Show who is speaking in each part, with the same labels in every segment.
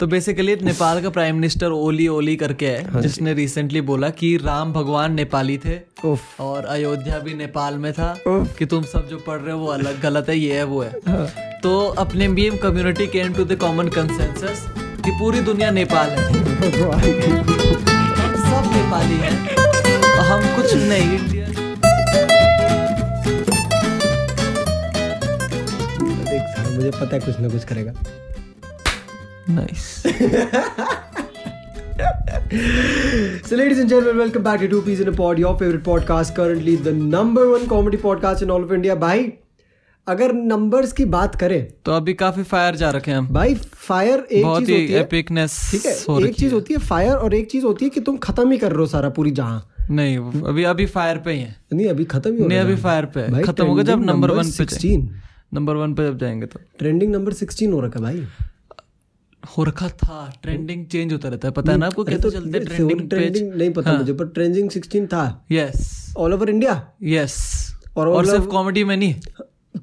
Speaker 1: तो बेसिकली नेपाल का prime minister Oli Oli करके
Speaker 2: हाँ
Speaker 1: है जिसने रिसेंटली बोला कि राम भगवान नेपाली थे
Speaker 2: उफ।
Speaker 1: और अयोध्या भी नेपाल में था
Speaker 2: उफ।
Speaker 1: कि तुम सब जो पढ़ रहे हो वो अलग गलत है ये है वो
Speaker 2: हाँ।
Speaker 1: है तो अपने BM community came to the common consensus कि पूरी दुनिया नेपाल है सब नेपाली है और हम कुछ नहीं इंडियन
Speaker 2: देख साला, मुझे पता है कुछ ना कुछ करेगा
Speaker 1: nice
Speaker 2: So, ladies and gentlemen, welcome back to Two Peas in a Pod, your favorite podcast, currently the number one comedy podcast in all of India. भाई अगर numbers की बात करें
Speaker 1: तो अभी काफी फायर जा रखे हैं हम
Speaker 2: भाई फायर एक
Speaker 1: बहुत
Speaker 2: चीज
Speaker 1: ही
Speaker 2: होती है
Speaker 1: epicness
Speaker 2: ठीक
Speaker 1: हो
Speaker 2: है एक
Speaker 1: रखी
Speaker 2: चीज होती है फायर और एक चीज होती है कि तुम खत्म ही कर रहे हो सारा पूरी जहां
Speaker 1: नहीं अभी अभी फायर पे ही है
Speaker 2: नहीं अभी खत्म ही हो
Speaker 1: नहीं
Speaker 2: रहा
Speaker 1: अभी
Speaker 2: है।
Speaker 1: फायर पे है।
Speaker 2: भाई,
Speaker 1: खत्म होगा जब
Speaker 2: trending
Speaker 1: नंबर
Speaker 2: number
Speaker 1: वन पे
Speaker 2: 16
Speaker 1: नंबर वन पे जब जाएंगे तो
Speaker 2: ट्रेंडिंग नंबर 16 हो रखा है भाई
Speaker 1: हो रखा था ट्रेंडिंग चेंज होता रहता है पता है ना आपको
Speaker 2: अरे
Speaker 1: कैसे
Speaker 2: तो
Speaker 1: चलते
Speaker 2: ये
Speaker 1: ट्रेंडिंग पेज
Speaker 2: trending नहीं पता मुझे पर ट्रेंडिंग 16 था
Speaker 1: yes
Speaker 2: all over India
Speaker 1: yes
Speaker 2: और
Speaker 1: और,
Speaker 2: all
Speaker 1: सिर्फ कॉमेडी में नहीं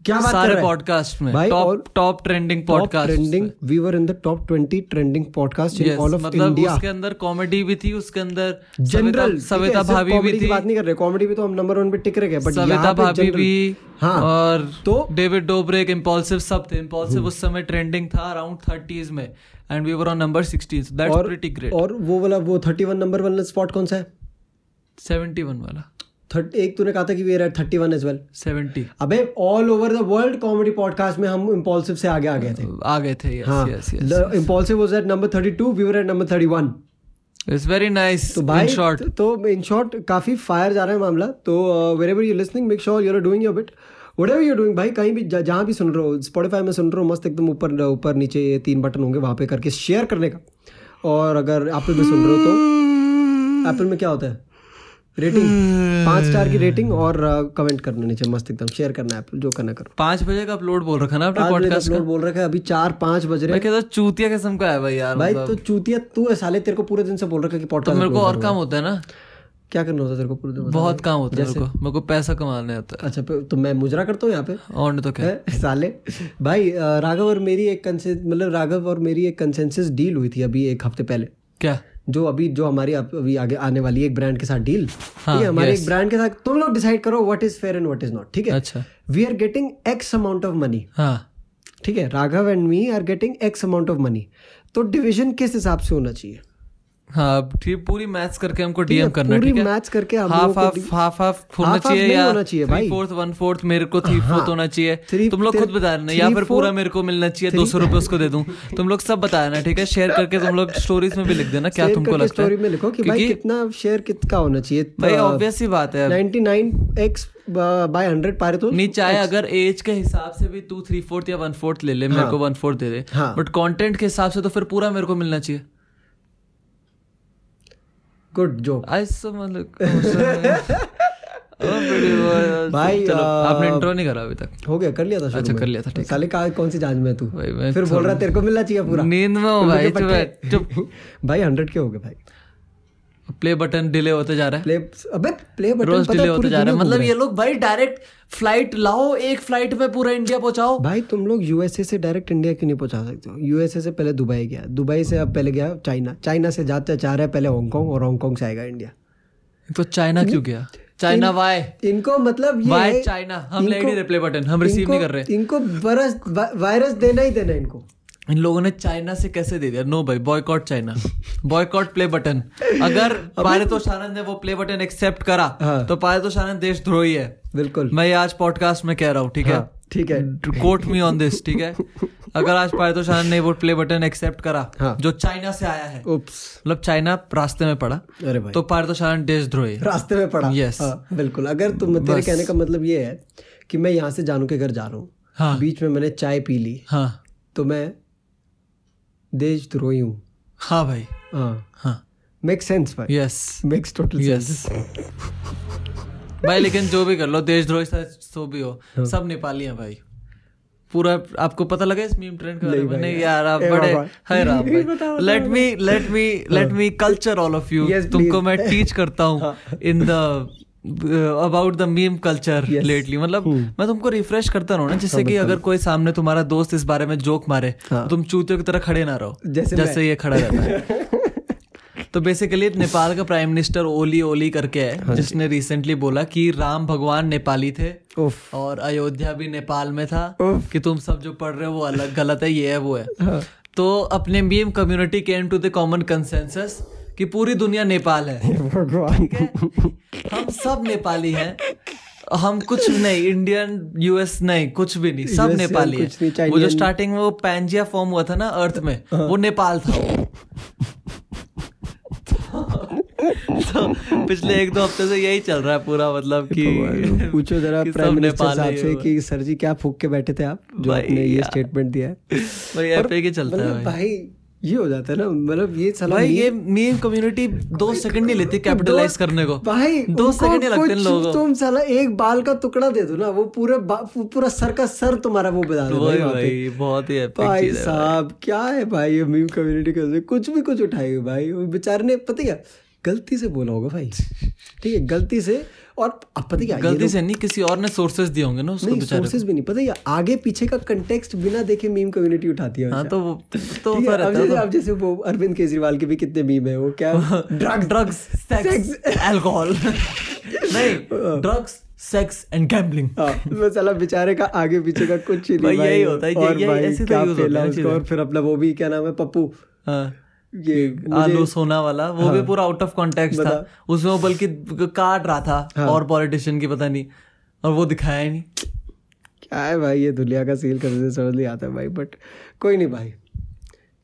Speaker 2: क्या बात कर
Speaker 1: सारे
Speaker 2: रहा है
Speaker 1: पॉडकास्ट में
Speaker 2: भाई, और-
Speaker 1: top top trending podcast
Speaker 2: trending we were in the top 20 trending podcast in
Speaker 1: yes
Speaker 2: all of
Speaker 1: मतलब
Speaker 2: इंडिया
Speaker 1: उसके अंदर कॉमेडी भी थी उसके अंदर सविता-
Speaker 2: जनरल
Speaker 1: सविता भाभी भी
Speaker 2: की
Speaker 1: थी
Speaker 2: बात नहीं कर रहे कॉमेडी भी तो हम नंबर वन पे टिक रहे बट
Speaker 1: सविता भाभी भी
Speaker 2: हाँ
Speaker 1: और
Speaker 2: तो हम्म।
Speaker 1: डेविड डोब्रेक इम्पल्सिव सब थे इम्पल्सिव उस समय ट्रेंडिंग था अराउंड 30s में and we were on number 16 that's
Speaker 2: और-
Speaker 1: प्रीटी ग्रेट
Speaker 2: और वो वाला वो 31 नंबर वाला स्पॉट कौन सा है
Speaker 1: 71 वाला
Speaker 2: थर्ट एक तूने कहा था कि we are at 31 as well
Speaker 1: 70
Speaker 2: अबे all over the world comedy podcast में हम इम्पल्सिव से आगे आ गए थे
Speaker 1: आ गए थे यस यस यस
Speaker 2: हाँ impulsive was at number 32 we were at number 31
Speaker 1: it's very nice
Speaker 2: तो
Speaker 1: इन
Speaker 2: भाई
Speaker 1: शॉर्ट
Speaker 2: तो इन शॉर्ट काफी फायर जा रहा है मामला तो wherever you listening make sure you are doing your bit whatever you doing भाई कहीं भी जहाँ जहाँ भी सुन रहे हो स्पॉटिफाई में सुन रहे हो मस्त एकदम ऊपर ऊपर नीचे ये तीन बटन होंगे वहाँ पे करके शेयर करने का और अगर एप्पल में सुन रहे हो तो एप्पल में क्या होता है रेटिंग पाँच स्टार की रेटिंग और कमेंट करना नीचे मस्त एकदम शेयर करना है Apple, जो करना करो
Speaker 1: पाँच बजे का अपलोड बोल रखा ना आपने पॉडकास्ट
Speaker 2: अपलोड बोल रखा है अभी चार पाँच बज रहे
Speaker 1: मैं
Speaker 2: हैं
Speaker 1: कहता हूँ, चूतिया किस्म का है भाई यार
Speaker 2: भाई
Speaker 1: मतलब
Speaker 2: तो चूतिया तू है साले तेरे को पूरे दिन से बोल रखा है कि
Speaker 1: तो
Speaker 2: पॉडकास्ट
Speaker 1: मेरे को और काम होता है ना
Speaker 2: क्या करना होता है तेरे को पूरे दिन बता।
Speaker 1: बहुत काम होता है मेरे को मेरे को पैसा कमाने होता
Speaker 2: अच्छा पे- तो मैं मुजरा करता हूँ यहाँ पे
Speaker 1: है और नहीं तो क्या
Speaker 2: हैं, साले भाई अ, राघव और मेरी एक कंसेंस मतलब राघव और मेरी एक कंसेंसस डील हुई थी अभी एक हफ्ते पहले
Speaker 1: क्या
Speaker 2: जो अभी जो हमारी अब- अभी आगे आने वाली एक ब्रांड के साथ डील
Speaker 1: हाँ,
Speaker 2: ठीक है हमारे एक ब्रांड के साथ तुम लोग डिसाइड करो what is fair and what is not ठीक है
Speaker 1: अच्छा
Speaker 2: we are getting X amount of money
Speaker 1: हाँ
Speaker 2: ठीक है Raghav and me are getting X amount of money तो डिविजन किस हिसाब से होना चाहिए
Speaker 1: हाँ अब ठीक पूरी मैच करके हमको डीएम करना है,
Speaker 2: पूरी
Speaker 1: ठीक है
Speaker 2: मैच करके हम
Speaker 1: हाफ
Speaker 2: लोगों
Speaker 1: हाफ
Speaker 2: को
Speaker 1: हाफ हाफ होना
Speaker 2: half-half
Speaker 1: चाहिए
Speaker 2: नहीं
Speaker 1: या
Speaker 2: होना चाहिए भाई। हाँ,
Speaker 1: फोर्थ वन फोर्थ मेरे को थ्री फोर्थ होना चाहिए
Speaker 2: Three-
Speaker 1: तुम लोग खुद बता देना या
Speaker 2: three
Speaker 1: फिर पूरा मेरे को मिलना चाहिए दो सौ रुपये उसको दे दूं तुम लोग सब बता देना ठीक है शेयर करके तुम लोग स्टोरीज में भी लिख देना क्या
Speaker 2: Save
Speaker 1: तुमको
Speaker 2: करके
Speaker 1: लगता
Speaker 2: story में
Speaker 1: है
Speaker 2: लिखो कि भाई कितना शेयर कितना होना चाहिए
Speaker 1: भाई
Speaker 2: तो,
Speaker 1: ऑब्वियस ही बात है
Speaker 2: 99 x by 100 पारे तो
Speaker 1: नहीं चाहे अगर एज के हिसाब से भी तू थ्री फोर्थ या वन फोर्थ ले ले मेरे को वन फोर्थ दे दे
Speaker 2: हाँ।
Speaker 1: बट कंटेंट के हिसाब से तो फिर पूरा मेरे को मिलना चाहिए
Speaker 2: गुड जोक
Speaker 1: ऐसा मतलब अब video है।
Speaker 2: भाई,
Speaker 1: चलो
Speaker 2: आ,
Speaker 1: आपने इंट्रो नहीं करा अभी तक
Speaker 2: हो गया कर लिया था शुरू
Speaker 1: अच्छा,
Speaker 2: में?
Speaker 1: कर लिया था, ठीक है।
Speaker 2: साले का कौन सी जांच में है तू
Speaker 1: भाई, मैं
Speaker 2: फिर बोल रहा तेरे को मिलना चाहिए पूरा
Speaker 1: नींद में हूँ
Speaker 2: फिर
Speaker 1: भाई
Speaker 2: मुझे
Speaker 1: चुप है,
Speaker 2: पता है।
Speaker 1: चुप
Speaker 2: भाई 100 के हो गए भाई
Speaker 1: प्ले बटन डिले होते जा रहा है
Speaker 2: प्ले अबे प्ले बटन
Speaker 1: रोज
Speaker 2: पता
Speaker 1: डिले
Speaker 2: है
Speaker 1: होते
Speaker 2: पूरी
Speaker 1: जा रहा है
Speaker 2: दुनिया
Speaker 1: मतलब
Speaker 2: घूम
Speaker 1: ये लोग भाई डायरेक्ट फ्लाइट लाओ एक फ्लाइट में पूरा इंडिया पहुंचाओ
Speaker 2: रहा है। भाई तुम लोग यूएसए से डायरेक्ट इंडिया क्यों नहीं पहुंचा सकते हो यूएसए से पहले दुबई गया दुबई से अब पहले गया चाइना चाइना से जाते जा रहा है पहले हांगकांग और हांगकांग से आएगा इंडिया
Speaker 1: तो चाइना क्यों गया चाइना वाई
Speaker 2: इनको मतलब ये
Speaker 1: वाई
Speaker 2: है-
Speaker 1: चाइना हम
Speaker 2: इनको-
Speaker 1: लेडी रिप्ले बटन हम रिसीव
Speaker 2: इनको-
Speaker 1: नहीं कर रहे
Speaker 2: इनको वायरस वायरस देना ही देना है इनको
Speaker 1: इन लोगों ने चाइना से कैसे दे दिया नो भाई boycott China boycott play button अगर पारितोष आनंद ने वो प्ले बटन एक्सेप्ट करा
Speaker 2: हाँ।
Speaker 1: तो पारितोष आनंद देशद्रोही है
Speaker 2: बिल्कुल
Speaker 1: मैं ये आज पॉडकास्ट में कह रहा हूँ ठीक है Hmm.
Speaker 2: हाँ, ठीक है
Speaker 1: कोट मी ऑन दिस ठीक है अगर आज पारितोष आनंद ने वो प्ले बटन एक्सेप्ट करा
Speaker 2: हाँ।
Speaker 1: जो चाइना से आया है
Speaker 2: उप्स
Speaker 1: मतलब चाइना रास्ते में पड़ा
Speaker 2: अरे भाई
Speaker 1: तो पारितोष आनंद देशद्रोही है
Speaker 2: रास्ते में पड़ा
Speaker 1: Yes.
Speaker 2: हाँ, बिल्कुल अगर तुम तेरे कहने का मतलब ये है कि मैं यहाँ से जानू के घर जा रहा हूँ
Speaker 1: हाँ।
Speaker 2: बीच में मैंने चाय पी ली
Speaker 1: हाँ
Speaker 2: तो मैं देशद्रोही हूँ
Speaker 1: हाँ भाई
Speaker 2: हाँ
Speaker 1: हाँ
Speaker 2: मेक सेंस भाई
Speaker 1: यस
Speaker 2: मेक्स टोटल
Speaker 1: यस भाई लेकिन जो भी कर लो देशद्रोही सा सो भी
Speaker 2: हाँ।
Speaker 1: हो सब नेपाली हैं भाई पूरा आपको पता लगा इस मीम ट्रेंड के बारे में नहीं यार आप
Speaker 2: ए
Speaker 1: बड़े
Speaker 2: बाबा।
Speaker 1: है Ram late me let me let me culture all of you
Speaker 2: Yes,
Speaker 1: तुमको
Speaker 2: please. हाँ।
Speaker 1: मैं टीच करता हूँ in the about the meme culture lately मतलब
Speaker 2: Hmm।
Speaker 1: मैं तुमको रिफ्रेश करता रहूँ ना जिससे कि अगर कोई सामने तुम्हारा दोस्त इस बारे में जोक मारे तो
Speaker 2: हाँ।
Speaker 1: तुम चूतियों की तरह खड़े ना रहो
Speaker 2: जैसे मैं।
Speaker 1: जैसे ये खड़ा रहता है तो बेसिकली नेपाल का प्राइम मिनिस्टर ओली ओली करके
Speaker 2: हाँ
Speaker 1: है जिसने रिसेंटली बोला कि राम भगवान नेपाली थे
Speaker 2: उफ
Speaker 1: और अयोध्या भी नेपाल में था
Speaker 2: उफ।
Speaker 1: कि तुम सब जो पढ़ रहे हो वो अलग गलत है ये है वो
Speaker 2: हाँ,
Speaker 1: है तो अपने BM community came to the common consensus कि पूरी दुनिया नेपाल है
Speaker 2: भगवान
Speaker 1: हम सब नेपाली हैं हम कुछ नहीं इंडियन यूएस नहीं कुछ भी नहीं सब
Speaker 2: US
Speaker 1: नेपाली
Speaker 2: कुछ नहीं,
Speaker 1: है वो जो
Speaker 2: Chinese- हाँ।
Speaker 1: स्टार्टिंग में वो पैंजिया फॉर्म हुआ था ना अर्थ में वो नेपाल था वो। तो, तो पिछले एक दो हफ्ते से यही चल रहा है पूरा मतलब कि
Speaker 2: पूछो जरा
Speaker 1: कि सब
Speaker 2: प्राइम मिनिस्टर
Speaker 1: नेपाली
Speaker 2: साहब
Speaker 1: है
Speaker 2: से
Speaker 1: वो।
Speaker 2: कि सर जी क्या फूक के बैठे थे आप जो
Speaker 1: भाई
Speaker 2: आपने ये
Speaker 1: यार।
Speaker 2: स्टेटमेंट दिया है
Speaker 1: भाई
Speaker 2: और
Speaker 1: एपिक ही चलता है
Speaker 2: मतलब
Speaker 1: भाई।
Speaker 2: भाई ये हो जाता है ना मतलब ये साला
Speaker 1: भाई
Speaker 2: meme-
Speaker 1: ये मीम कम्युनिटी दो सेकंड नहीं लेती कैपिटलाइज
Speaker 2: तो दो-
Speaker 1: करने को
Speaker 2: भाई
Speaker 1: दो
Speaker 2: उनको
Speaker 1: सेकंड नहीं लगते इन
Speaker 2: कुछ- तो-
Speaker 1: लोगों को
Speaker 2: तुम साला एक बाल का टुकड़ा दे दो ना वो पूरे बा- वो पूरा सर का सर तुम्हारा वो बता दो
Speaker 1: वही भाई बहुत ही एपिक
Speaker 2: भाई
Speaker 1: चीज है
Speaker 2: साहब क्या है भाई ये मीम कम्युनिटी का कुछ भी कुछ उठाए हुए भाई वो बेचारे ने पता क्या गलती से बोला होगा भाई ठीक है गलती से और अब पता क्या ये
Speaker 1: गलती
Speaker 2: लोग-
Speaker 1: से नहीं किसी और ने सोर्सेज दिए होंगे ना उसको
Speaker 2: नहीं
Speaker 1: बेचारे
Speaker 2: सोर्सेज भी नहीं पता ये आगे पीछे का कंटेक्स्ट बिना देखे मीम कम्युनिटी उठाती है
Speaker 1: हाँ
Speaker 2: हमेशा।
Speaker 1: तो वो तो
Speaker 2: ठीक है,
Speaker 1: फिर
Speaker 2: अब जैसे अब जैसे वो अरविंद केजरीवाल के भी कितने मीम है वो क्या
Speaker 1: ड्रग्स ड्रग्स सेक्स अल्कोहल नहीं ड्रग्स सेक्स एंड गैम्बलिंग
Speaker 2: हाँ, वो साला बेचारे का आगे पीछे का कुछ ही नहीं
Speaker 1: भाई, यही होता है,
Speaker 2: और
Speaker 1: यही-
Speaker 2: भाई
Speaker 1: ऐसे तो
Speaker 2: क्या
Speaker 1: use होता
Speaker 2: फैला
Speaker 1: है ना
Speaker 2: उसका,
Speaker 1: चीज़ें।
Speaker 2: और फिर अपना वो भी क्या नाम है पप्पू ये
Speaker 1: हाँ, आलू सोना वाला वो
Speaker 2: हाँ।
Speaker 1: भी पूरा आउट ऑफ कॉन्टेक्स्ट था उसमें वो बल्कि काट रहा
Speaker 2: हाँ।
Speaker 1: था और पॉलिटिशियन की पता नहीं और वो दिखाया ही नहीं
Speaker 2: क्या है भाई ये दुनिया का सील करने से समझ नहीं आता भाई बट कोई नहीं भाई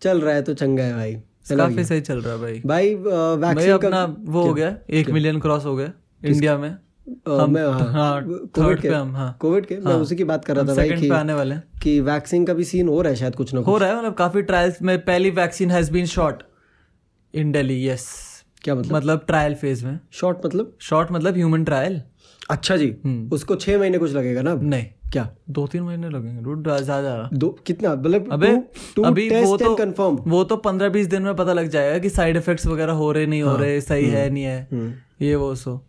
Speaker 2: चल रहा है तो चंगा है भाई चला
Speaker 1: काफी सही चल रहा है भाई
Speaker 2: गया। भाई
Speaker 1: भाई
Speaker 2: वैक्सीन
Speaker 1: अपना वो हो गया एक मिलियन क्रॉस हो गया इंडिया में
Speaker 2: का मैं
Speaker 1: हाँ,
Speaker 2: कोविड
Speaker 1: third
Speaker 2: के
Speaker 1: पे हम, हाँ।
Speaker 2: कोविड के मैं
Speaker 1: हाँ।
Speaker 2: उसी की बात कर रहा
Speaker 1: हम
Speaker 2: था भाई
Speaker 1: second
Speaker 2: कि
Speaker 1: पे आने वाले हैं।
Speaker 2: कि वैक्सीन का भी सीन हो रहा है शायद कुछ ना
Speaker 1: हो
Speaker 2: कुछ
Speaker 1: रहा है मतलब काफी ट्रायल्स में पहली vaccine has been shot in Delhi yes
Speaker 2: क्या मतलब
Speaker 1: मतलब ट्रायल फेज में
Speaker 2: शॉर्ट मतलब
Speaker 1: शॉर्ट मतलब ह्यूमन ट्रायल
Speaker 2: अच्छा जी
Speaker 1: हम्म।
Speaker 2: उसको छह महीने कुछ लगेगा ना अब?
Speaker 1: नहीं
Speaker 2: क्या
Speaker 1: दो तीन महीने लगेंगे dude, ज्यादा
Speaker 2: दो कितना मतलब
Speaker 1: अबे
Speaker 2: टू
Speaker 1: अभी वो
Speaker 2: टेस्ट
Speaker 1: तो
Speaker 2: एंड कंफर्म
Speaker 1: वो तो पंद्रह बीस दिन में पता लग जाएगा कि साइड इफेक्ट्स वगैरह हो रहे नहीं
Speaker 2: हाँ।
Speaker 1: हो रहे सही
Speaker 2: हम्म।
Speaker 1: है नहीं है ये वो सो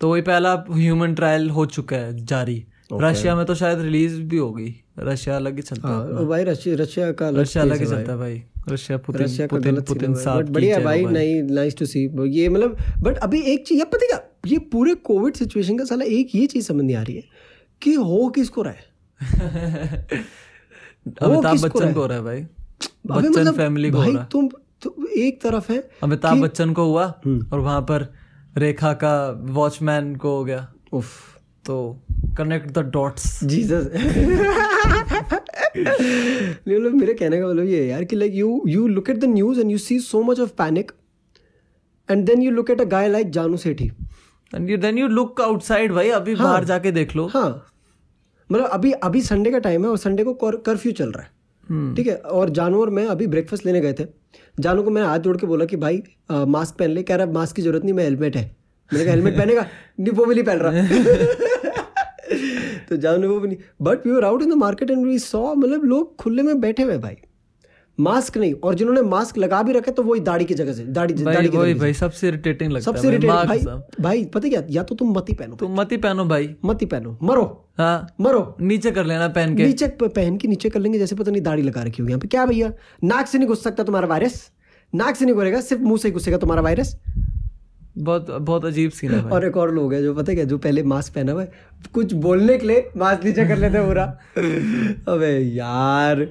Speaker 1: तो वही पहला ह्यूमन ट्रायल हो चुका है जारी रशिया में तो शायद रिलीज भी होगी रशिया अलग ही चलता है
Speaker 2: हाँ भाई रशिया रशिया का अलग
Speaker 1: रशिया अलग ही
Speaker 2: case है
Speaker 1: चलता है भाई रशिया पुतिन
Speaker 2: रशिया का
Speaker 1: पुतिन
Speaker 2: गलत scene
Speaker 1: पुतिन
Speaker 2: है भाई।
Speaker 1: साहब
Speaker 2: But
Speaker 1: की
Speaker 2: बढ़िया
Speaker 1: जय हो
Speaker 2: भाई
Speaker 1: भाई।
Speaker 2: नहीं नाइस टू सी ये मतलब बट अभी एक चीज ये पता है क्या ये पूरे कोविड सिचुएशन का साला एक ये चीज समझ नहीं आ रही है कि हो किसको रहा है वो
Speaker 1: अमिताभ
Speaker 2: किसको रहा
Speaker 1: बच्चन
Speaker 2: है?
Speaker 1: को हो रहा है भाई
Speaker 2: अबे मतलब
Speaker 1: बच्चन फैमिली को हो
Speaker 2: भाई
Speaker 1: रहा है
Speaker 2: तुम तुम एक तरफ है
Speaker 1: अमिताभ बच्चन को हुआ
Speaker 2: हम्म।
Speaker 1: और वहां पर रेखा का वॉचमैन को हो गया
Speaker 2: उफ
Speaker 1: तो कनेक्ट द डॉट्स
Speaker 2: जीसस मतलब मेरे कहने का मतलब ये है यार कि like you you look at the news and you see so much of panic and then you look at a guy like Jaanu Sethi
Speaker 1: and you then you look outside भाई अभी
Speaker 2: हाँ।
Speaker 1: बाहर जाके देख लो
Speaker 2: हाँ मतलब अभी अभी संडे का टाइम है और संडे को कर्फ्यू चल रहा है
Speaker 1: हम्म,
Speaker 2: ठीक है और जानू और मैं अभी ब्रेकफास्ट लेने गए थे जानू को मैं हाथ जोड़ के बोला कि भाई आ, मास्क पहन ले कह रहा मास्क की जरूरत नहीं मैं हेलमेट है मैंने कहा हेलमेट पहनेगा नहीं वो भी नहीं पहन रहा तो जानू वो भी नहीं but we were out in the market and we saw मतलब लोग खुले में बैठे हुए हैं भाई मास्क नहीं और जिन्होंने मास्क लगा भी रखा तो वही दाढ़ी की जगह से दाढ़ी
Speaker 1: भाई
Speaker 2: दाढ़ी की
Speaker 1: वही
Speaker 2: जगह से।
Speaker 1: भाई सबसे इरिटेटिंग लगता
Speaker 2: सबसे
Speaker 1: है भाई, मास्क
Speaker 2: irritating- भाई
Speaker 1: सब।
Speaker 2: भाई पता क्या या तो तुम मत ही पहनो
Speaker 1: तुम मत ही पहनो भाई
Speaker 2: मत ही पहनो मरो
Speaker 1: हाँ
Speaker 2: मरो
Speaker 1: नीचे कर लेना पहन के
Speaker 2: नीचे प- पहन के नीचे कर लेंगे जैसे पता नहीं दाढ़ी लगा रखी होगी यहाँ पे क्या भैया नाक से नहीं घुस सकता तुम्हारा वायरस नाक से नहीं घुसेगा सिर्फ मुंह से ही घुसेगा तुम्हारा वायरस
Speaker 1: बहुत बहुत अजीब सीन है हाँ भाई
Speaker 2: और एक और लोग है जो पता है क्या जो पहले मास्क पहना हुआ है कुछ बोलने के लिए मास्क नीचे कर लेते हैं पूरा अबे यार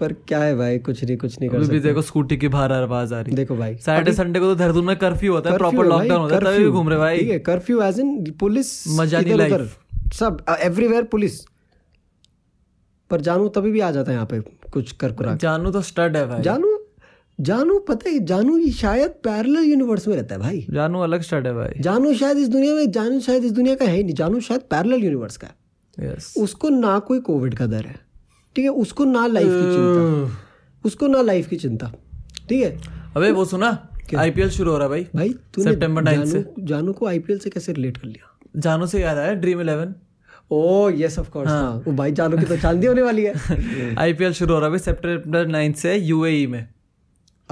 Speaker 2: पर क्या है भाई कुछ नहीं कुछ नहीं कर
Speaker 1: अभी भी
Speaker 2: सकते
Speaker 1: देखो स्कूटी की बाहर आवाज आ रही है
Speaker 2: देखो भाई
Speaker 1: सैटरडे संडे को तो देहरादून में कर्फ्यू होता है
Speaker 2: कर्फ्यू
Speaker 1: प्रॉपर
Speaker 2: है भाई,
Speaker 1: लॉकडाउन होता है तभी भी
Speaker 2: कर्फ्यू।
Speaker 1: घूम रहे
Speaker 2: ठीक
Speaker 1: भाई
Speaker 2: है कर्फ्यू एज इन पुलिस
Speaker 1: मजा नहीं
Speaker 2: इधर
Speaker 1: life।
Speaker 2: उधर, सब एवरीवेयर पुलिस पर जानू तभी भी आ जाता है यहाँ पे कुछ कर कुरा
Speaker 1: जानू तो स्टड है भाई
Speaker 2: जानू जानू पता है जानू ये शायद पैरेलल यूनिवर्स में रहता है भाई
Speaker 1: जानू अलग स्टड है भाई
Speaker 2: जानू शायद इस दुनिया में जानू शायद इस दुनिया का है ही नहीं जानू शायद पैरेलल यूनिवर्स का है
Speaker 1: यस
Speaker 2: उसको ना कोई कोविड का डर है ठीक है उसको ना लाइफ की चिंता उसको ना लाइफ की चिंता ठीक है
Speaker 1: अबे वो सुना आईपीएल शुरू हो रहा है भाई
Speaker 2: भाई तूने
Speaker 1: September 9th
Speaker 2: जानू, जानू को आईपीएल से कैसे रिलेट कर लिया
Speaker 1: जानू से याद आया dream eleven
Speaker 2: oh yes of course
Speaker 1: हाँ।
Speaker 2: वो भाई जानू की तो चांदी होने वाली है
Speaker 1: आईपीएल शुरू हो रहा है भाई सितंबर 9 से यूएई में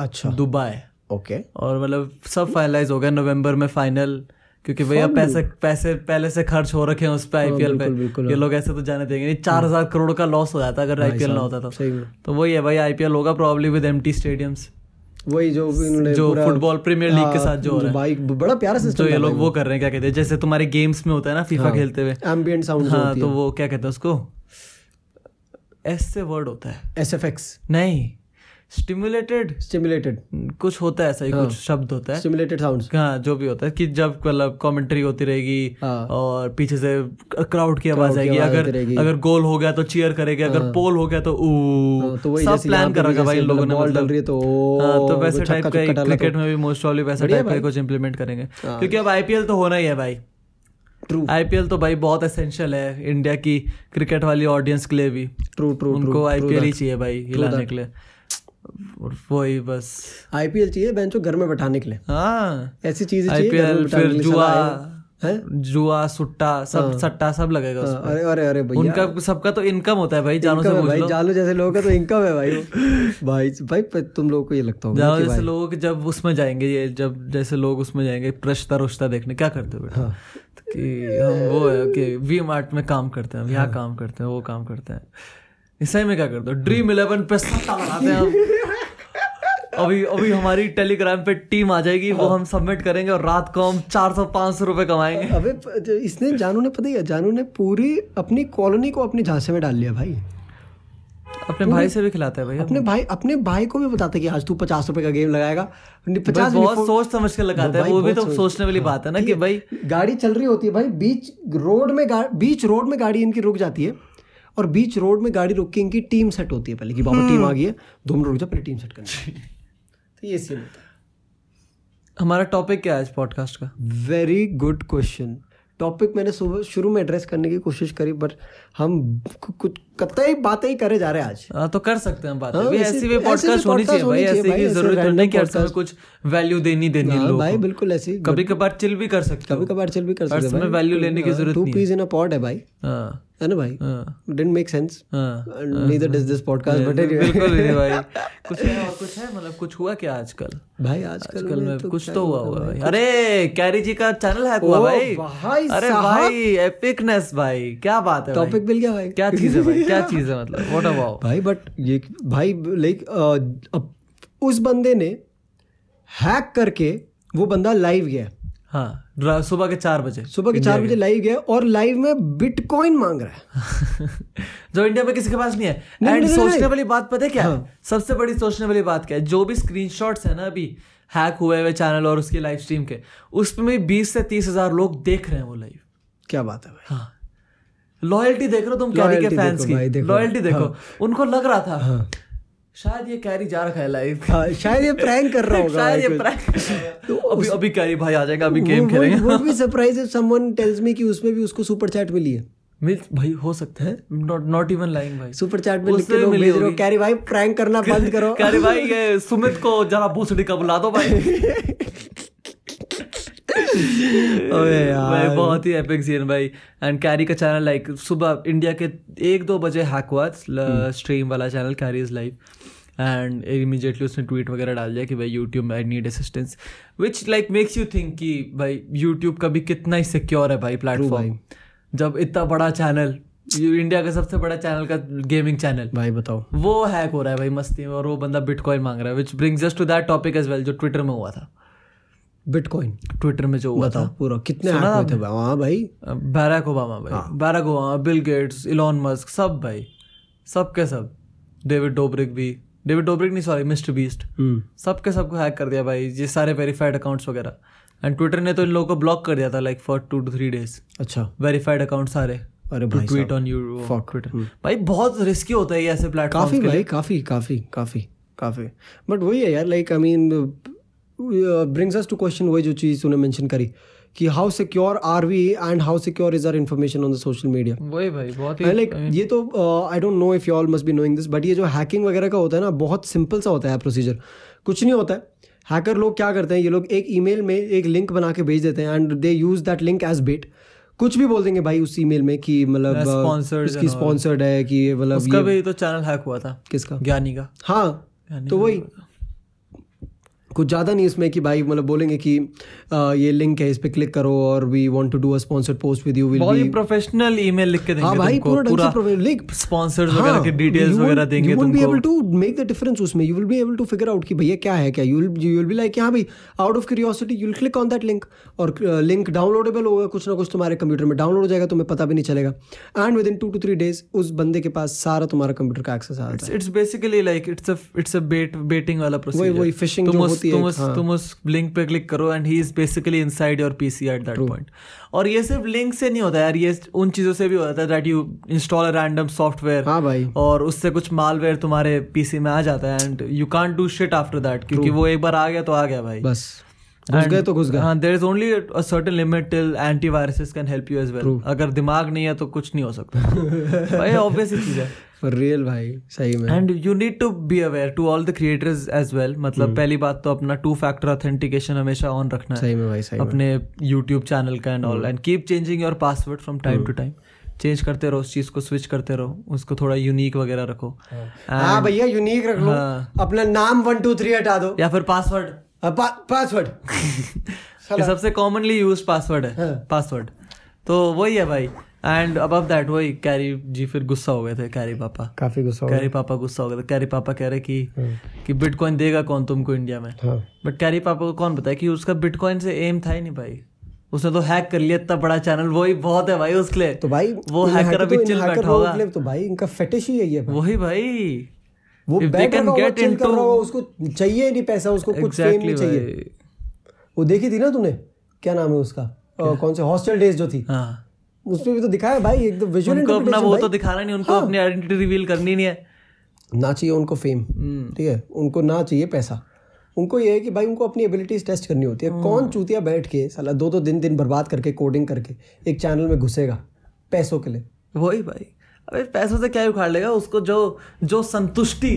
Speaker 2: अच्छा
Speaker 1: दुबई
Speaker 2: ओके
Speaker 1: और मतलब सब फाइनलाइज हो गया नवंबर में फाइनल क्योंकि भैया पैसे पैसे पहले से खर्च हो रखे हैं उस पर आईपीएल पे ये लोग ऐसे तो जाने देंगे नहीं चार हजार करोड़ का लॉस हो जाता अगर आईपीएल ना होता तो
Speaker 2: सही में
Speaker 1: तो वही है भाई आईपीएल होगा प्रॉब्ली विद एम्प्टी स्टेडियम्स
Speaker 2: वही जो इन्होंने
Speaker 1: जो
Speaker 2: पूरा-
Speaker 1: फुटबॉल प्रीमियर लीग के
Speaker 2: हाँ,
Speaker 1: साथ जो हो रहा है।
Speaker 2: भाई बड़ा प्यारा
Speaker 1: तो
Speaker 2: सिस्टम
Speaker 1: ये लोग वो कर रहे हैं क्या कहते हैं जैसे तुम्हारे गेम्स में होता है ना
Speaker 2: हाँ।
Speaker 1: फीफा खेलते हुए
Speaker 2: एम्बिएंट साउंड
Speaker 1: हाँ तो वो क्या कहते हैं उसको एस से वर्ड होता है
Speaker 2: एसएफएक्स
Speaker 1: नहीं स्टिमुलेटेड
Speaker 2: स्टिमुलेटेड
Speaker 1: कुछ होता है ऐसा ही
Speaker 2: हाँ।
Speaker 1: कुछ शब्द होता है
Speaker 2: स्टिमुलेटेड साउंड्स
Speaker 1: हाँ जो भी होता है कि जब मतलब कमेंट्री होती रहेगी
Speaker 2: हाँ।
Speaker 1: और पीछे से क्राउड की आवाज
Speaker 2: की
Speaker 1: आएगी
Speaker 2: आवाज
Speaker 1: अगर
Speaker 2: आती रहेगी।
Speaker 1: अगर गोल हो गया तो चीयर करेंगे अगर पोल हो गया तो ऊ
Speaker 2: हाँ, तो वही
Speaker 1: सब
Speaker 2: जैसे यहाँ
Speaker 1: प्लान
Speaker 2: पे
Speaker 1: कर
Speaker 2: भी
Speaker 1: रखा भाई इन
Speaker 2: जैसे
Speaker 1: लोगों ने
Speaker 2: बॉल डल
Speaker 1: मतलब।
Speaker 2: रही है तो ओ,
Speaker 1: हाँ, तो वैसे
Speaker 2: छक्का
Speaker 1: टाइप का
Speaker 2: छक्का
Speaker 1: ही
Speaker 2: डाला तो-
Speaker 1: क्रिकेट में भी मोस्ट प्रॉब्ली वैसा
Speaker 2: बढ़िया
Speaker 1: टाइप का ही
Speaker 2: भाई।
Speaker 1: कुछ इम्प्लीमेंट करेंगे
Speaker 2: हाँ।
Speaker 1: क्योंकि अब आईपीएल तो होना ही है भाई
Speaker 2: ट्रू
Speaker 1: आईपीएल तो भाई बहुत एसेंशियल है इंडिया की क्रिकेट वाली ऑडियंस के लिए भी
Speaker 2: ट्रू ट्रू
Speaker 1: उनको आईपीएल ही चाहिए भाई हिलाने के लिए और वही बस
Speaker 2: आईपीएल चाहिए बेंचो घर में बैठाने के लिए
Speaker 1: हाँ
Speaker 2: ऐसी चीजें चाहिए घर में
Speaker 1: आईपीएल
Speaker 2: बैठाने
Speaker 1: फिर
Speaker 2: के लिए,
Speaker 1: जुआ
Speaker 2: सलाह है
Speaker 1: जुआ सुट्टा सब सट्टा सब लगेगा
Speaker 2: हाँ,
Speaker 1: उसमें
Speaker 2: अरे अरे अरे भैया
Speaker 1: उनका सबका तो इनकम होता है भाई जानों से
Speaker 2: इनकम है
Speaker 1: पूछ
Speaker 2: भाई
Speaker 1: लो
Speaker 2: जालो जैसे लोगों का तो इनकम है भाई वो। भाई भाई पर तुम लोगों को ये लगता होगा
Speaker 1: जानों
Speaker 2: कि
Speaker 1: जैसे
Speaker 2: भाई
Speaker 1: लोगों के जब उसमें जाएंगे ये जब जैसे लोग उसमें जाएंगे प्रश्ता रुश्ता देखने क्या करते हो बेटा
Speaker 2: हाँ।
Speaker 1: तो कि हम वो है कि वी मार्ट में काम करते हैं हम
Speaker 2: हाँ।
Speaker 1: यहाँ काम करते हैं वो काम करते हैं ईसाई में क्या करते हो ड्रीम
Speaker 2: हाँ।
Speaker 1: इलेवन पे सट्टा लगाते हैं हम अभी अभी हमारी टेलीग्राम पे टीम आ जाएगी वो
Speaker 2: हाँ।
Speaker 1: हम सबमिट करेंगे और रात को हम चार सौ पाँच सौ रुपये कमाएंगे
Speaker 2: अबे प- जो इसने जानू ने पता ही है जानू ने पूरी अपनी कॉलोनी को अपने झांसे में डाल लिया भाई
Speaker 1: अपने भाई से भी खिलाते हैं भैया
Speaker 2: अपने भाई अपने भाई को भी बताते कि आज तू पचास रुपए का गेम लगाएगा
Speaker 1: भाई
Speaker 2: पचास
Speaker 1: बहुत सोच समझ के लगाते हैं
Speaker 2: भाई
Speaker 1: वो भी तो
Speaker 2: बहुत सोच- हाँ।
Speaker 1: सोचने वाली बात है ना कि भाई
Speaker 2: गाड़ी चल रही होती है भाई बीच रोड में गा- बीच रोड में गाड़ी इनकी रुक जाती है और बीच रोड में गाड़ी रुक के इनकी टीम सेट होती है पहले कि बाबा टीम आ गई है दो मिनट रुक जा पहले टीम सेट करनी है। तो ये सीन होता है
Speaker 1: हमारा टॉपिक क्या है आज पॉडकास्ट का
Speaker 2: वेरी गुड क्वेश्चन टॉपिक मैंने सुबह शुरू में एड्रेस करने की कोशिश करी बट हम कु- कुछ कतई बातें ही करे जा रहे हैं आज
Speaker 1: हाँ, तो कर सकते हैं बातें
Speaker 2: हाँ,
Speaker 1: भी
Speaker 2: ऐसे-
Speaker 1: ऐसी भी
Speaker 2: ऐसे भी
Speaker 1: पॉडकास्ट होनी
Speaker 2: podcast
Speaker 1: चाहिए भाई
Speaker 2: होनी चाहिए
Speaker 1: ऐसे
Speaker 2: भाई,
Speaker 1: की
Speaker 2: ऐसे
Speaker 1: जरूरत
Speaker 2: random
Speaker 1: नहीं कि हर समय कुछ वैल्यू देनी देनी है
Speaker 2: हाँ,
Speaker 1: लोगों
Speaker 2: भाई
Speaker 1: को।
Speaker 2: बिल्कुल ऐसे ही।
Speaker 1: कभी कभार चिल भी कर सकते
Speaker 2: कभी
Speaker 1: हो
Speaker 2: कभार चल भी कर
Speaker 1: हर
Speaker 2: सकते
Speaker 1: समय value लेने की जरूरत
Speaker 2: टू
Speaker 1: नहीं
Speaker 2: पीज इन अ पॉट है भाई
Speaker 1: हाँ,
Speaker 2: है ना भाई
Speaker 1: हाँ,
Speaker 2: डिडंट मेक सेंस
Speaker 1: हाँ।
Speaker 2: neither does this podcast but anyway
Speaker 1: बिल्कुल भी नहीं भाई कुछ है और कुछ है मतलब कुछ हुआ क्या आजकल
Speaker 2: भाई आजकल
Speaker 1: आजकल में
Speaker 2: तो
Speaker 1: कुछ
Speaker 2: क्या
Speaker 1: तो
Speaker 2: ही
Speaker 1: हुआ
Speaker 2: होगा
Speaker 1: होगा
Speaker 2: भाई।
Speaker 1: भाई अरे कैरी जी का चैनल हैक हुआ
Speaker 2: ओ,
Speaker 1: भाई
Speaker 2: भाई
Speaker 1: अरे
Speaker 2: साहब।
Speaker 1: भाई एपिकनेस भाई क्या बात है भाई?
Speaker 2: टॉपिक मिल गया भाई
Speaker 1: क्या चीज है भाई क्या चीज है मतलब व्हाट अबाउट
Speaker 2: भाई बट ये भाई लाइक अब उस बंदे ने हैक करके वो बंदा लाइव गया
Speaker 1: हाँ रा- सुबह के चार बजे
Speaker 2: सुबह के चार बजे लाइव गया और लाइव में बिटकॉइन मांग रहा है
Speaker 1: जो इंडिया में किसी के पास नहीं है
Speaker 2: नहीं,
Speaker 1: एंड
Speaker 2: नहीं,
Speaker 1: सोचने
Speaker 2: नहीं।
Speaker 1: वाली बात पता है क्या है?
Speaker 2: हाँ।
Speaker 1: सबसे बड़ी सोचने वाली बात क्या है जो भी स्क्रीनशॉट्स है ना अभी हैक हुए हुए चैनल और उसकी लाइव स्ट्रीम के उसमें बीस से तीस हजार लोग देख रहे हैं वो लाइव
Speaker 2: क्या बात है भाई
Speaker 1: हाँ लॉयल्टी देख रहे हो तुम कैरी के
Speaker 2: Loyalty
Speaker 1: फैंस की
Speaker 2: देखो भाई, देखो। हाँ।
Speaker 1: लॉयल्टी देखो उनको लग रहा था शायद ये कैरी जा रखा है लाइव
Speaker 2: हाँ, शायद ये प्रैंक कर रहा होगा
Speaker 1: शायद
Speaker 2: भाई
Speaker 1: ये
Speaker 2: कुछ। तो
Speaker 1: prank- अभी अभी कैरी भाई आ जाएगा अभी गेम
Speaker 2: वो
Speaker 1: खेलेंगे
Speaker 2: would be surprised if someone tells me कि उसमें भी उसको सुपर चैट मिली है
Speaker 1: मिल- भाई हो सकता है नॉट नॉट इवन लाइंग भाई
Speaker 2: सुपर चैट में लिख
Speaker 1: उसमें
Speaker 2: के लोग
Speaker 1: मिली
Speaker 2: भेज रहे हो
Speaker 1: होगी।
Speaker 2: कैरी भाई प्रैंक करना बंद करो
Speaker 1: कह रहे भाई ये सुमित को जरा भूसड़ी का बुला दो भाई
Speaker 2: अबे
Speaker 1: भाई बहुत ही एपिक सीन भाई एंड कैरी का चैनल लाइक सुबह इंडिया के एक दो बजे हैक हुआ
Speaker 2: हम्म।
Speaker 1: स्ट्रीम वाला channel Carry is live and immediately उसने ट्वीट वगैरह डाल दिया कि भाई YouTube I need assistance which like makes you think कि भाई यूट्यूब का भी कितना ही सिक्योर है भाई प्लेटफॉर्म जब इतना बड़ा चैनल इंडिया का सबसे बड़ा चैनल का गेमिंग चैनल
Speaker 2: भाई बताओ
Speaker 1: वो हैक हो रहा है भाई मस्ती में और वो बंदा बिटकॉइन मांग रहा है which brings us to that topic as well जो ट्विटर में हुआ था
Speaker 2: बिटकॉइन
Speaker 1: ट्विटर में जो हुआ
Speaker 2: बताओ पूरा कितने
Speaker 1: सुना
Speaker 2: hack हुए थे भाई हाँ भाई हाँ।
Speaker 1: था बैराक ओबामा भाई Barack Obama Bill Gates Elon Musk सब भाई सब के सब डेविड डोब्रिक भी डेविड डोब्रिक नहीं सॉरी मिस्टर बीस्ट सब के सबको हैक कर दिया भाई ये सारे वेरीफाइड अकाउंट्स वगैरह एंड ट्विटर ने तो इन लोगों को ब्लॉक कर दिया था like for two to three days
Speaker 2: अच्छा
Speaker 1: वेरीफाइड अकाउंट सारे
Speaker 2: अरे
Speaker 1: टू
Speaker 2: भाई
Speaker 1: tweet on you
Speaker 2: Fuck. Hmm.
Speaker 1: Twitter भाई बहुत रिस्की होता है ये ऐसे प्लेटफॉर्म
Speaker 2: काफी भाई काफी काफी काफी काफी बट वही है यार like I mean brings us to question वही जो चीज तूने मेंशन करी कि how secure are we and how secure is our information on the social media
Speaker 1: वही भाई बहुत ही
Speaker 2: लाइक ये तो I don't know if you all must be knowing this but ये जो हैकिंग वगैरह का होता है ना बहुत सिंपल सा होता है प्रोसीजर कुछ नहीं होता है हैकर लोग क्या करते हैं ये लोग एक ईमेल में एक लिंक बना के भेज देते हैं and they use that link as bait कुछ भी बोल देंगे भाई उस ईमेल में कि मतलब
Speaker 1: Yeah,
Speaker 2: uh,
Speaker 1: sponsored
Speaker 2: इसकी
Speaker 1: and all.
Speaker 2: स्पॉन्सर्ड है कि ये मतलब
Speaker 1: उसका भी तो चैनल हैक हुआ था
Speaker 2: किसका
Speaker 1: ज्ञानी का
Speaker 2: हाँ
Speaker 1: ज्ञानी
Speaker 2: तो
Speaker 1: का
Speaker 2: वही कुछ ज़्यादा नहीं इसमें कि भाई मतलब बोलेंगे कि आ, ये लिंक है इस पे क्लिक करो और we want to do a sponsored post with you will
Speaker 1: बहुत ही
Speaker 2: बी
Speaker 1: प्रोफेशनल ईमेल लिख के देंगे
Speaker 2: हाँ भाई
Speaker 1: तुमको,
Speaker 2: पूरा ढंग से
Speaker 1: पूरा
Speaker 2: professional- हाँ, लिख
Speaker 1: स्पॉन्सर्स वगैरह के डिटेल्स वगैरह देंगे
Speaker 2: यू विल बी
Speaker 1: तुमको
Speaker 2: able to make the difference उसमें you will be able to figure out कि भैया क्या है क्या you will you will be like हाँ भाई out of curiosity you will click on that link और लिंक डाउनलोडेबल होगा कुछ ना कुछ तुम्हारे कंप्यूटर में डाउनलोड हो जाएगा तुम्हें पता भी नहीं चलेगा and within two to three days उस बंदे के पास सारा तुम्हारा कंप्यूटर का एक्सेस आ जाता है
Speaker 1: it's basically like it's a it's a bait baiting वाला प्रोसीजर
Speaker 2: वही phishing
Speaker 1: तुम
Speaker 2: जो
Speaker 1: उस
Speaker 2: होती है,
Speaker 1: तुम उस
Speaker 2: हाँ।
Speaker 1: तुम उस लिंक पे क्लिक करो and he is basically inside your PC at that point और ये सिर्फ लिंक से नहीं होता यार ये उन चीजों से भी होता है that you install a random software
Speaker 2: हाँ भाई
Speaker 1: और उससे कुछ मालवेयर तुम्हारे पीसी में आ जाता है and you can't do shit after that क्योंकि वो एक बार आ गया तो आ गया भाई
Speaker 2: बस घुस गए तो घुस गए
Speaker 1: हाँ there is only a certain limit till anti viruses can help you as well अगर दिमाग नहीं है तो कुछ नहीं हो सकता भाई ऑब्वियस चीज है
Speaker 2: फॉर रियल भाई सही में
Speaker 1: and you need to be aware to all the creators as well मतलब पहली बात तो अपना टू फैक्टर ऑथेंटिकेशन हमेशा ऑन रखना है
Speaker 2: Hmm. सही में भाई सही Hmm. में
Speaker 1: अपने यूट्यूब चैनल का and all and keep changing your password from
Speaker 2: Hmm.
Speaker 1: Time to time change करते रहो उस चीज को स्विच करते रहो उसको थोड़ा यूनिक वगैरह रखो
Speaker 2: हाँ भैया यूनिक रख लो
Speaker 1: हाँ।
Speaker 2: अपना नाम वन टू थ्री हटा दो
Speaker 1: या फिर पासवर्ड
Speaker 2: पासवर्ड
Speaker 1: ये सबसे कॉमनली यूज पासवर्ड है
Speaker 2: हाँ।
Speaker 1: पासवर्ड तो वही है भाई एंड अबव दैट वही कैरी जी फिर गुस्सा हो गए थे कैरी पापा
Speaker 2: काफी गुस्सा
Speaker 1: कैरी पापा गुस्सा हो गए थे कैरी पापा कह रहे कि कि बिटकॉइन देगा कौन तुमको इंडिया में
Speaker 2: हाँ
Speaker 1: बट कैरी पापा को कौन बताया कि उसका बिटकॉइन से एम था ही नहीं भाई उसने तो हैक कर लिया इतना बड़ा चैनल वही बहुत है भाई उसके लिए
Speaker 2: तो भाई
Speaker 1: वो
Speaker 2: इन
Speaker 1: हैकर अभी
Speaker 2: तो- इन
Speaker 1: चिल
Speaker 2: hacker
Speaker 1: बैठा
Speaker 2: लोगों
Speaker 1: होगा
Speaker 2: के लिए तो भाई इनका फेटिश ही है ये भाई।
Speaker 1: वही भाई
Speaker 2: वो
Speaker 1: If they
Speaker 2: बैठा
Speaker 1: can
Speaker 2: हुआ होगा,
Speaker 1: get
Speaker 2: chill कर
Speaker 1: into-
Speaker 2: रहा होगा, उसको चाहिए ही नहीं पैसा उसको कुछ फेम
Speaker 1: एग्जैक्टली
Speaker 2: नहीं चाहिए
Speaker 1: भाई
Speaker 2: वो देखी थी ना तूने क्या नाम है उसका अ, कौन से हॉस्टल डेज जो थी
Speaker 1: हाँ
Speaker 2: उसमें भी तो दिखाया भाई एकदम विजुअल
Speaker 1: उनको अपना वो तो
Speaker 2: इंटरप्रिटेशन
Speaker 1: दिखाना नहीं
Speaker 2: हाँ।
Speaker 1: उनको अपनी आइडेंटिटी रिवील करनी नहीं है
Speaker 2: ना चाहिए उनको फेम
Speaker 1: हम्म।
Speaker 2: ठीक है उनको ना चाहिए पैसा उनको ये है कि भाई उनको अपनी एबिलिटीज टेस्ट करनी होती है कौन चूतिया बैठ के साला दो दो दिन दिन बर्बाद करके कोडिंग करके एक चैनल में घुसेगा पैसों के लिए
Speaker 1: वही भाई अबे पैसों से क्या ही उखाड़ लेगा उसको जो जो संतुष्टि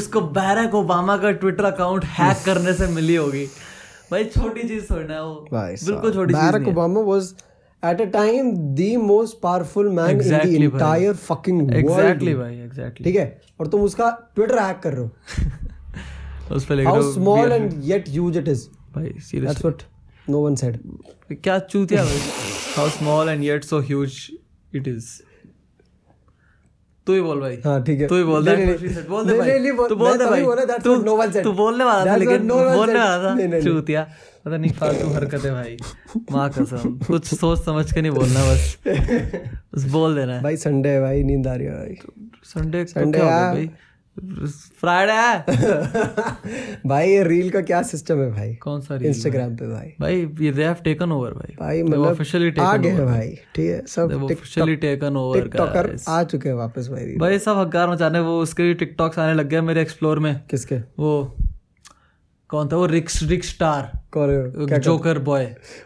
Speaker 1: उसको बैरक ओबामा का ट्विटर अकाउंट हैक करने से मिली होगी भाई छोटी चीज थोड़ी ना वो बिल्कुल छोटी चीज
Speaker 2: Barack Obama was at a time the most powerful man in the
Speaker 1: Exactly, भाई.
Speaker 2: एंटायर फकिंग वर्ल्ड
Speaker 1: एग्जैक्टली भाई एग्जैक्टली
Speaker 2: ठीक है और तुम उसका ट्विटर हैक कर रहे हो
Speaker 1: उस पे लिख रहे
Speaker 2: हाउ
Speaker 1: हो
Speaker 2: small and yet huge it is
Speaker 1: भाई serious
Speaker 2: that's what no one said
Speaker 1: क्या चूतिया भाई how small and yet so huge it is तू ही बोल भाई
Speaker 2: हां हाँ, ठीक है
Speaker 1: तू ही बोल दे
Speaker 2: नहीं, नहीं, नहीं,
Speaker 1: बोल दे
Speaker 2: नहीं,
Speaker 1: भाई
Speaker 2: नहीं, नहीं,
Speaker 1: तू बोल
Speaker 2: मैं
Speaker 1: दे
Speaker 2: तभी बोला,
Speaker 1: भाई
Speaker 2: that's
Speaker 1: तू
Speaker 2: what no one said.
Speaker 1: तू बोलने वाला था
Speaker 2: That's what
Speaker 1: लेकिन
Speaker 2: no one
Speaker 1: बोलने
Speaker 2: said.
Speaker 1: वाला
Speaker 2: नहीं,
Speaker 1: था
Speaker 2: नहीं, नहीं।
Speaker 1: चूतिया पता नहीं फालतू हरकत है भाई माँ कसम कुछ सोच समझ के नहीं बोलना बस बस बोल देना है
Speaker 2: भाई संडे है भाई नींद आ रही है भाई
Speaker 1: संडे को
Speaker 2: Sunday हाँ।
Speaker 1: क्या हो गया
Speaker 2: है।
Speaker 1: भाई फ्राइडे है
Speaker 2: भाई ये रील का क्या सिस्टम है भाई
Speaker 1: कौन सा reel
Speaker 2: इंस्टाग्राम पे भाई
Speaker 1: भाई ये दे हैव टेकन ओवर भाई
Speaker 2: भाई
Speaker 1: They were officially
Speaker 2: मतलब आ
Speaker 1: taken
Speaker 2: गए
Speaker 1: over.
Speaker 2: हैं भाई ठीक है
Speaker 1: They
Speaker 2: सब
Speaker 1: were
Speaker 2: टिक-
Speaker 1: officially taken over
Speaker 2: TikToker
Speaker 1: guys.
Speaker 2: आ चुके हैं वापस भाई reel।
Speaker 1: भाई सब हकदार मचाने वो उसके भी टिकटॉक्स आने लग गए मेरे एक्सप्लोर में
Speaker 2: किसके
Speaker 1: वो कौन था वो रिक्स रिक्स स्टार
Speaker 2: कौन है वो? क्या
Speaker 1: जोकर बॉय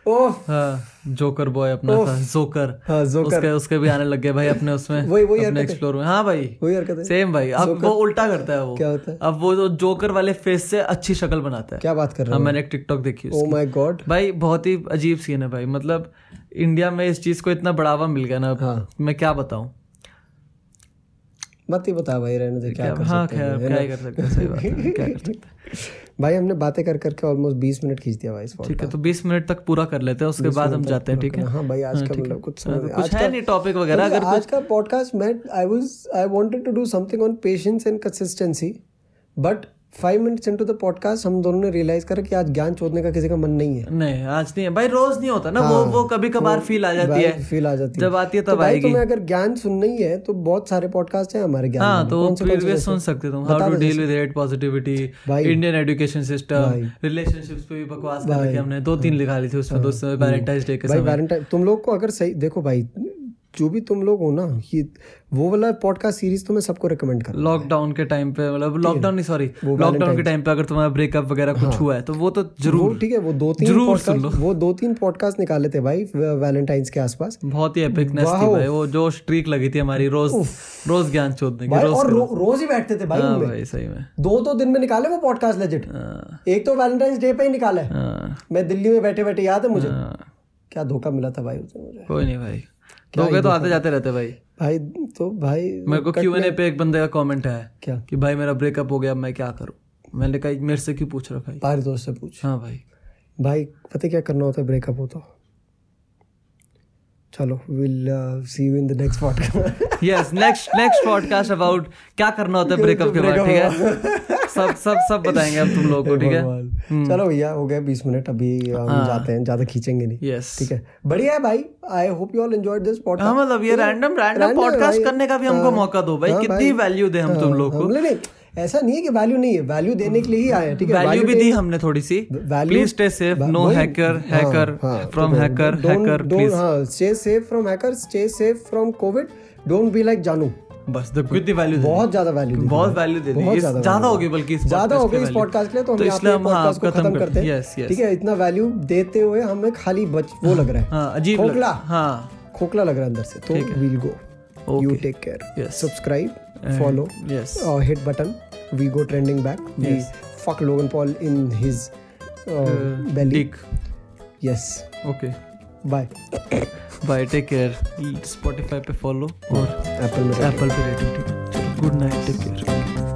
Speaker 2: ओफ
Speaker 1: हाँ जोकर बॉय अपना था जोकर
Speaker 2: हाँ जोकर
Speaker 1: उसके उसके भी आने लग गए भाई अपने उसमें
Speaker 2: वही- वही
Speaker 1: अपने एक्सप्लोर में हाँ भाई
Speaker 2: वही हरकत है
Speaker 1: सेम भाई अब वो उल्टा करता है वो
Speaker 2: क्या होता है
Speaker 1: अब वो जो जोकर वाले फेस से अच्छी शक्ल बनाता है
Speaker 2: क्या बात कर रहे Oh
Speaker 1: हाँ मैंने एक टिकटॉक देखी
Speaker 2: हो ओ माय गॉड
Speaker 1: भाई बहुत ही अजीब सीन है भाई मतलब इंडिया में इस चीज को इतना बढ़ावा मिल गया ना अब
Speaker 2: हाँ।
Speaker 1: मैं क्या बताऊं
Speaker 2: मत ही बता भाई रहने दे क्या
Speaker 1: क्या
Speaker 2: कर
Speaker 1: हाँ
Speaker 2: सकते हैं,
Speaker 1: खैर क्या
Speaker 2: है ना?
Speaker 1: ही कर सकते हैं सही बात है क्या कर सकते हैं
Speaker 2: भाई हमने बातें कर करके ऑलमोस्ट 20 मिनट खींच दिया भाई इस
Speaker 1: ठीक है तो 20 मिनट तक पूरा कर लेते हैं उसके बाद हम जाते हैं ठीक है
Speaker 2: पॉडकास्ट हाँ भाई आज का मतलब कुछ समझ
Speaker 1: तो कुछ है नहीं टॉपिक वगैरह
Speaker 2: आज मतलब
Speaker 1: अगर
Speaker 2: आज का पॉडकास्ट मैं I was I wanted to do something on patience and consistency but five minutes into the podcast हम दोनों ने रियलाइज करा कि आज ज्ञान चोदने का किसी का मन नहीं है हाँ,
Speaker 1: नहीं आज नहीं है भाई रोज नहीं होता ना वो वो कभी कभार फील आ जाती है
Speaker 2: फील आ जाती है
Speaker 1: जब आती है
Speaker 2: तो
Speaker 1: तब
Speaker 2: भाई
Speaker 1: आएगी
Speaker 2: तुम्हें अगर ज्ञान सुनना ही है तो बहुत सारे पॉडकास्ट हैं हमारे ज्ञान
Speaker 1: हाँ
Speaker 2: वाले।
Speaker 1: तो
Speaker 2: कौन से- कौन से
Speaker 1: प्रीवियस
Speaker 2: जैसे?
Speaker 1: सुन सकते तुम how to deal with hate positivity
Speaker 2: भाई।
Speaker 1: इंडियन एजुकेशन
Speaker 2: भाई। हाँ।
Speaker 1: सिस्टम रिलेशनशिप्स पे भी बकवास कर रखी है हमने दो तीन लिखा ली थी उसमें दोस्तों में वैलेंटाइन डे के
Speaker 2: भाई
Speaker 1: समय
Speaker 2: वैलेंटाइन तुम लोग को अगर सही देखो भाई जो भी तुम लोग हो ना ये वो वाला पॉडकास्ट सीरीज तो मैं सबको रिकमेंड कर
Speaker 1: लॉकडाउन के टाइम पे मतलब लॉकडाउन नहीं सॉरी लॉकडाउन के टाइम पे अगर तुम्हारा ब्रेकअप वगैरह कुछ हुआ है तो वो तो
Speaker 2: हाँ। वो
Speaker 1: जरूर
Speaker 2: ठीक है वो दो तीन
Speaker 1: जरूर सुन
Speaker 2: podcast- वो दो तीन पॉडकास्ट निकाले थे भाई वैलेंटाइंस के आसपास
Speaker 1: बहुत ही एपिकनेस थी भाई वो जो स्ट्रीक लगी थी हमारी रोज रोज ज्ञान चोदने की
Speaker 2: भाई
Speaker 1: रोज
Speaker 2: और रो, रोज ही बैठते थे भाई
Speaker 1: हाँ
Speaker 2: उनमें
Speaker 1: भाई सही में
Speaker 2: दो दो दिन में निकाले वो पॉडकास्ट लेजिट एक तो वैलेंटाइंस डे पे ही निकाला है
Speaker 1: हाँ
Speaker 2: मैं दिल्ली में बैठे बैठे याद है मुझे
Speaker 1: हाँ।
Speaker 2: क्या धोखा मिला था भाई उसे मुझे
Speaker 1: कोई नहीं भाई लोगे तो आते जाते रहते भाई
Speaker 2: भाई तो भाई
Speaker 1: मेरे को क्यू पे एक बंदे का कमेंट है
Speaker 2: क्या?
Speaker 1: कि भाई मेरा ब्रेकअप हो गया अब मैं क्या करूं मैंने कहा मेरे से क्यों पूछ रहा भाई
Speaker 2: बाहर दोस्त से पूछ
Speaker 1: हाँ भाई
Speaker 2: भाई पता क्या करना होता है ब्रेकअप हो तो चलो uh, will see you in the next podcast
Speaker 1: yes next next podcast about क्या करना होता है ब्रेकअप के बाद ठीक है सब सब सब बताएंगे हम तुम लोगों को ठीक है हम्म। हाँ।
Speaker 2: चलो भैया हो गया बीस मिनट अभी हम जाते हैं ज्यादा खींचेंगे नहीं
Speaker 1: यस
Speaker 2: ठीक है बढ़िया है भाई I hope you all enjoyed this
Speaker 1: हाँ
Speaker 2: पॉडकास्ट
Speaker 1: मतलब ये रैंडम रैंडम
Speaker 2: Random है
Speaker 1: पॉडकास्ट
Speaker 2: भाई।
Speaker 1: करने का भी हमको मौका दो भाई
Speaker 2: हाँ
Speaker 1: कितनी
Speaker 2: भाई।
Speaker 1: वैल्यू दे हम तुम लोग को
Speaker 2: ऐसा नहीं है कि वैल्यू नहीं है वैल्यू देने के लिए ही आए हैं, ठीक है
Speaker 1: वैल्यू
Speaker 2: Value
Speaker 1: भी
Speaker 2: दे-
Speaker 1: दी हमने थोड़ी सी
Speaker 2: value-
Speaker 1: प्लीज स्टे सेफ
Speaker 2: वा-
Speaker 1: नो
Speaker 2: वही-
Speaker 1: हैकर
Speaker 2: हाँ,
Speaker 1: हैकर
Speaker 2: हाँ,
Speaker 1: फ्रॉम
Speaker 2: तो
Speaker 1: hacker
Speaker 2: don't-
Speaker 1: hacker
Speaker 2: don't-
Speaker 1: please
Speaker 2: हाँ stay safe from hacker stay safe from Covid don't be like जानू
Speaker 1: बस द कितनी वैल्यू दे
Speaker 2: बहुत ज्यादा वैल्यू दी
Speaker 1: Hmm. बहुत value दे दी।
Speaker 2: बहुत
Speaker 1: इस-
Speaker 2: ज्यादा
Speaker 1: ज्यादा
Speaker 2: value
Speaker 1: हो गई
Speaker 2: दी।
Speaker 1: बल्कि इस
Speaker 2: ज्यादा
Speaker 1: podcast
Speaker 2: हो गई
Speaker 1: के
Speaker 2: इस
Speaker 1: value।
Speaker 2: पॉडकास्ट के लिए तो हम
Speaker 1: तो
Speaker 2: यहाँ
Speaker 1: इसलिए
Speaker 2: पे
Speaker 1: हम, हाँ,
Speaker 2: podcast को
Speaker 1: खत्म
Speaker 2: खत्म
Speaker 1: करते
Speaker 2: करते
Speaker 1: हैं। Yes,
Speaker 2: हैं
Speaker 1: yes.
Speaker 2: ठीक है इतना वैल्यू देते हुए हमें खाली बच वो लग रहा है
Speaker 1: हाँ अजीब लग-
Speaker 2: खोखला
Speaker 1: हाँ
Speaker 2: खोखला लग रहा है अंदर से तो we'll go you take care
Speaker 1: Yes.
Speaker 2: Subscribe follow
Speaker 1: yes
Speaker 2: hit button we go trending back we fuck Logan Paul in his uh,
Speaker 1: Uh,
Speaker 2: belly
Speaker 1: ठीक
Speaker 2: yes
Speaker 1: okay
Speaker 2: bye
Speaker 1: bye take care Spotify पे follow और
Speaker 2: Apple में
Speaker 1: Apple पे rating ठीक है good night take care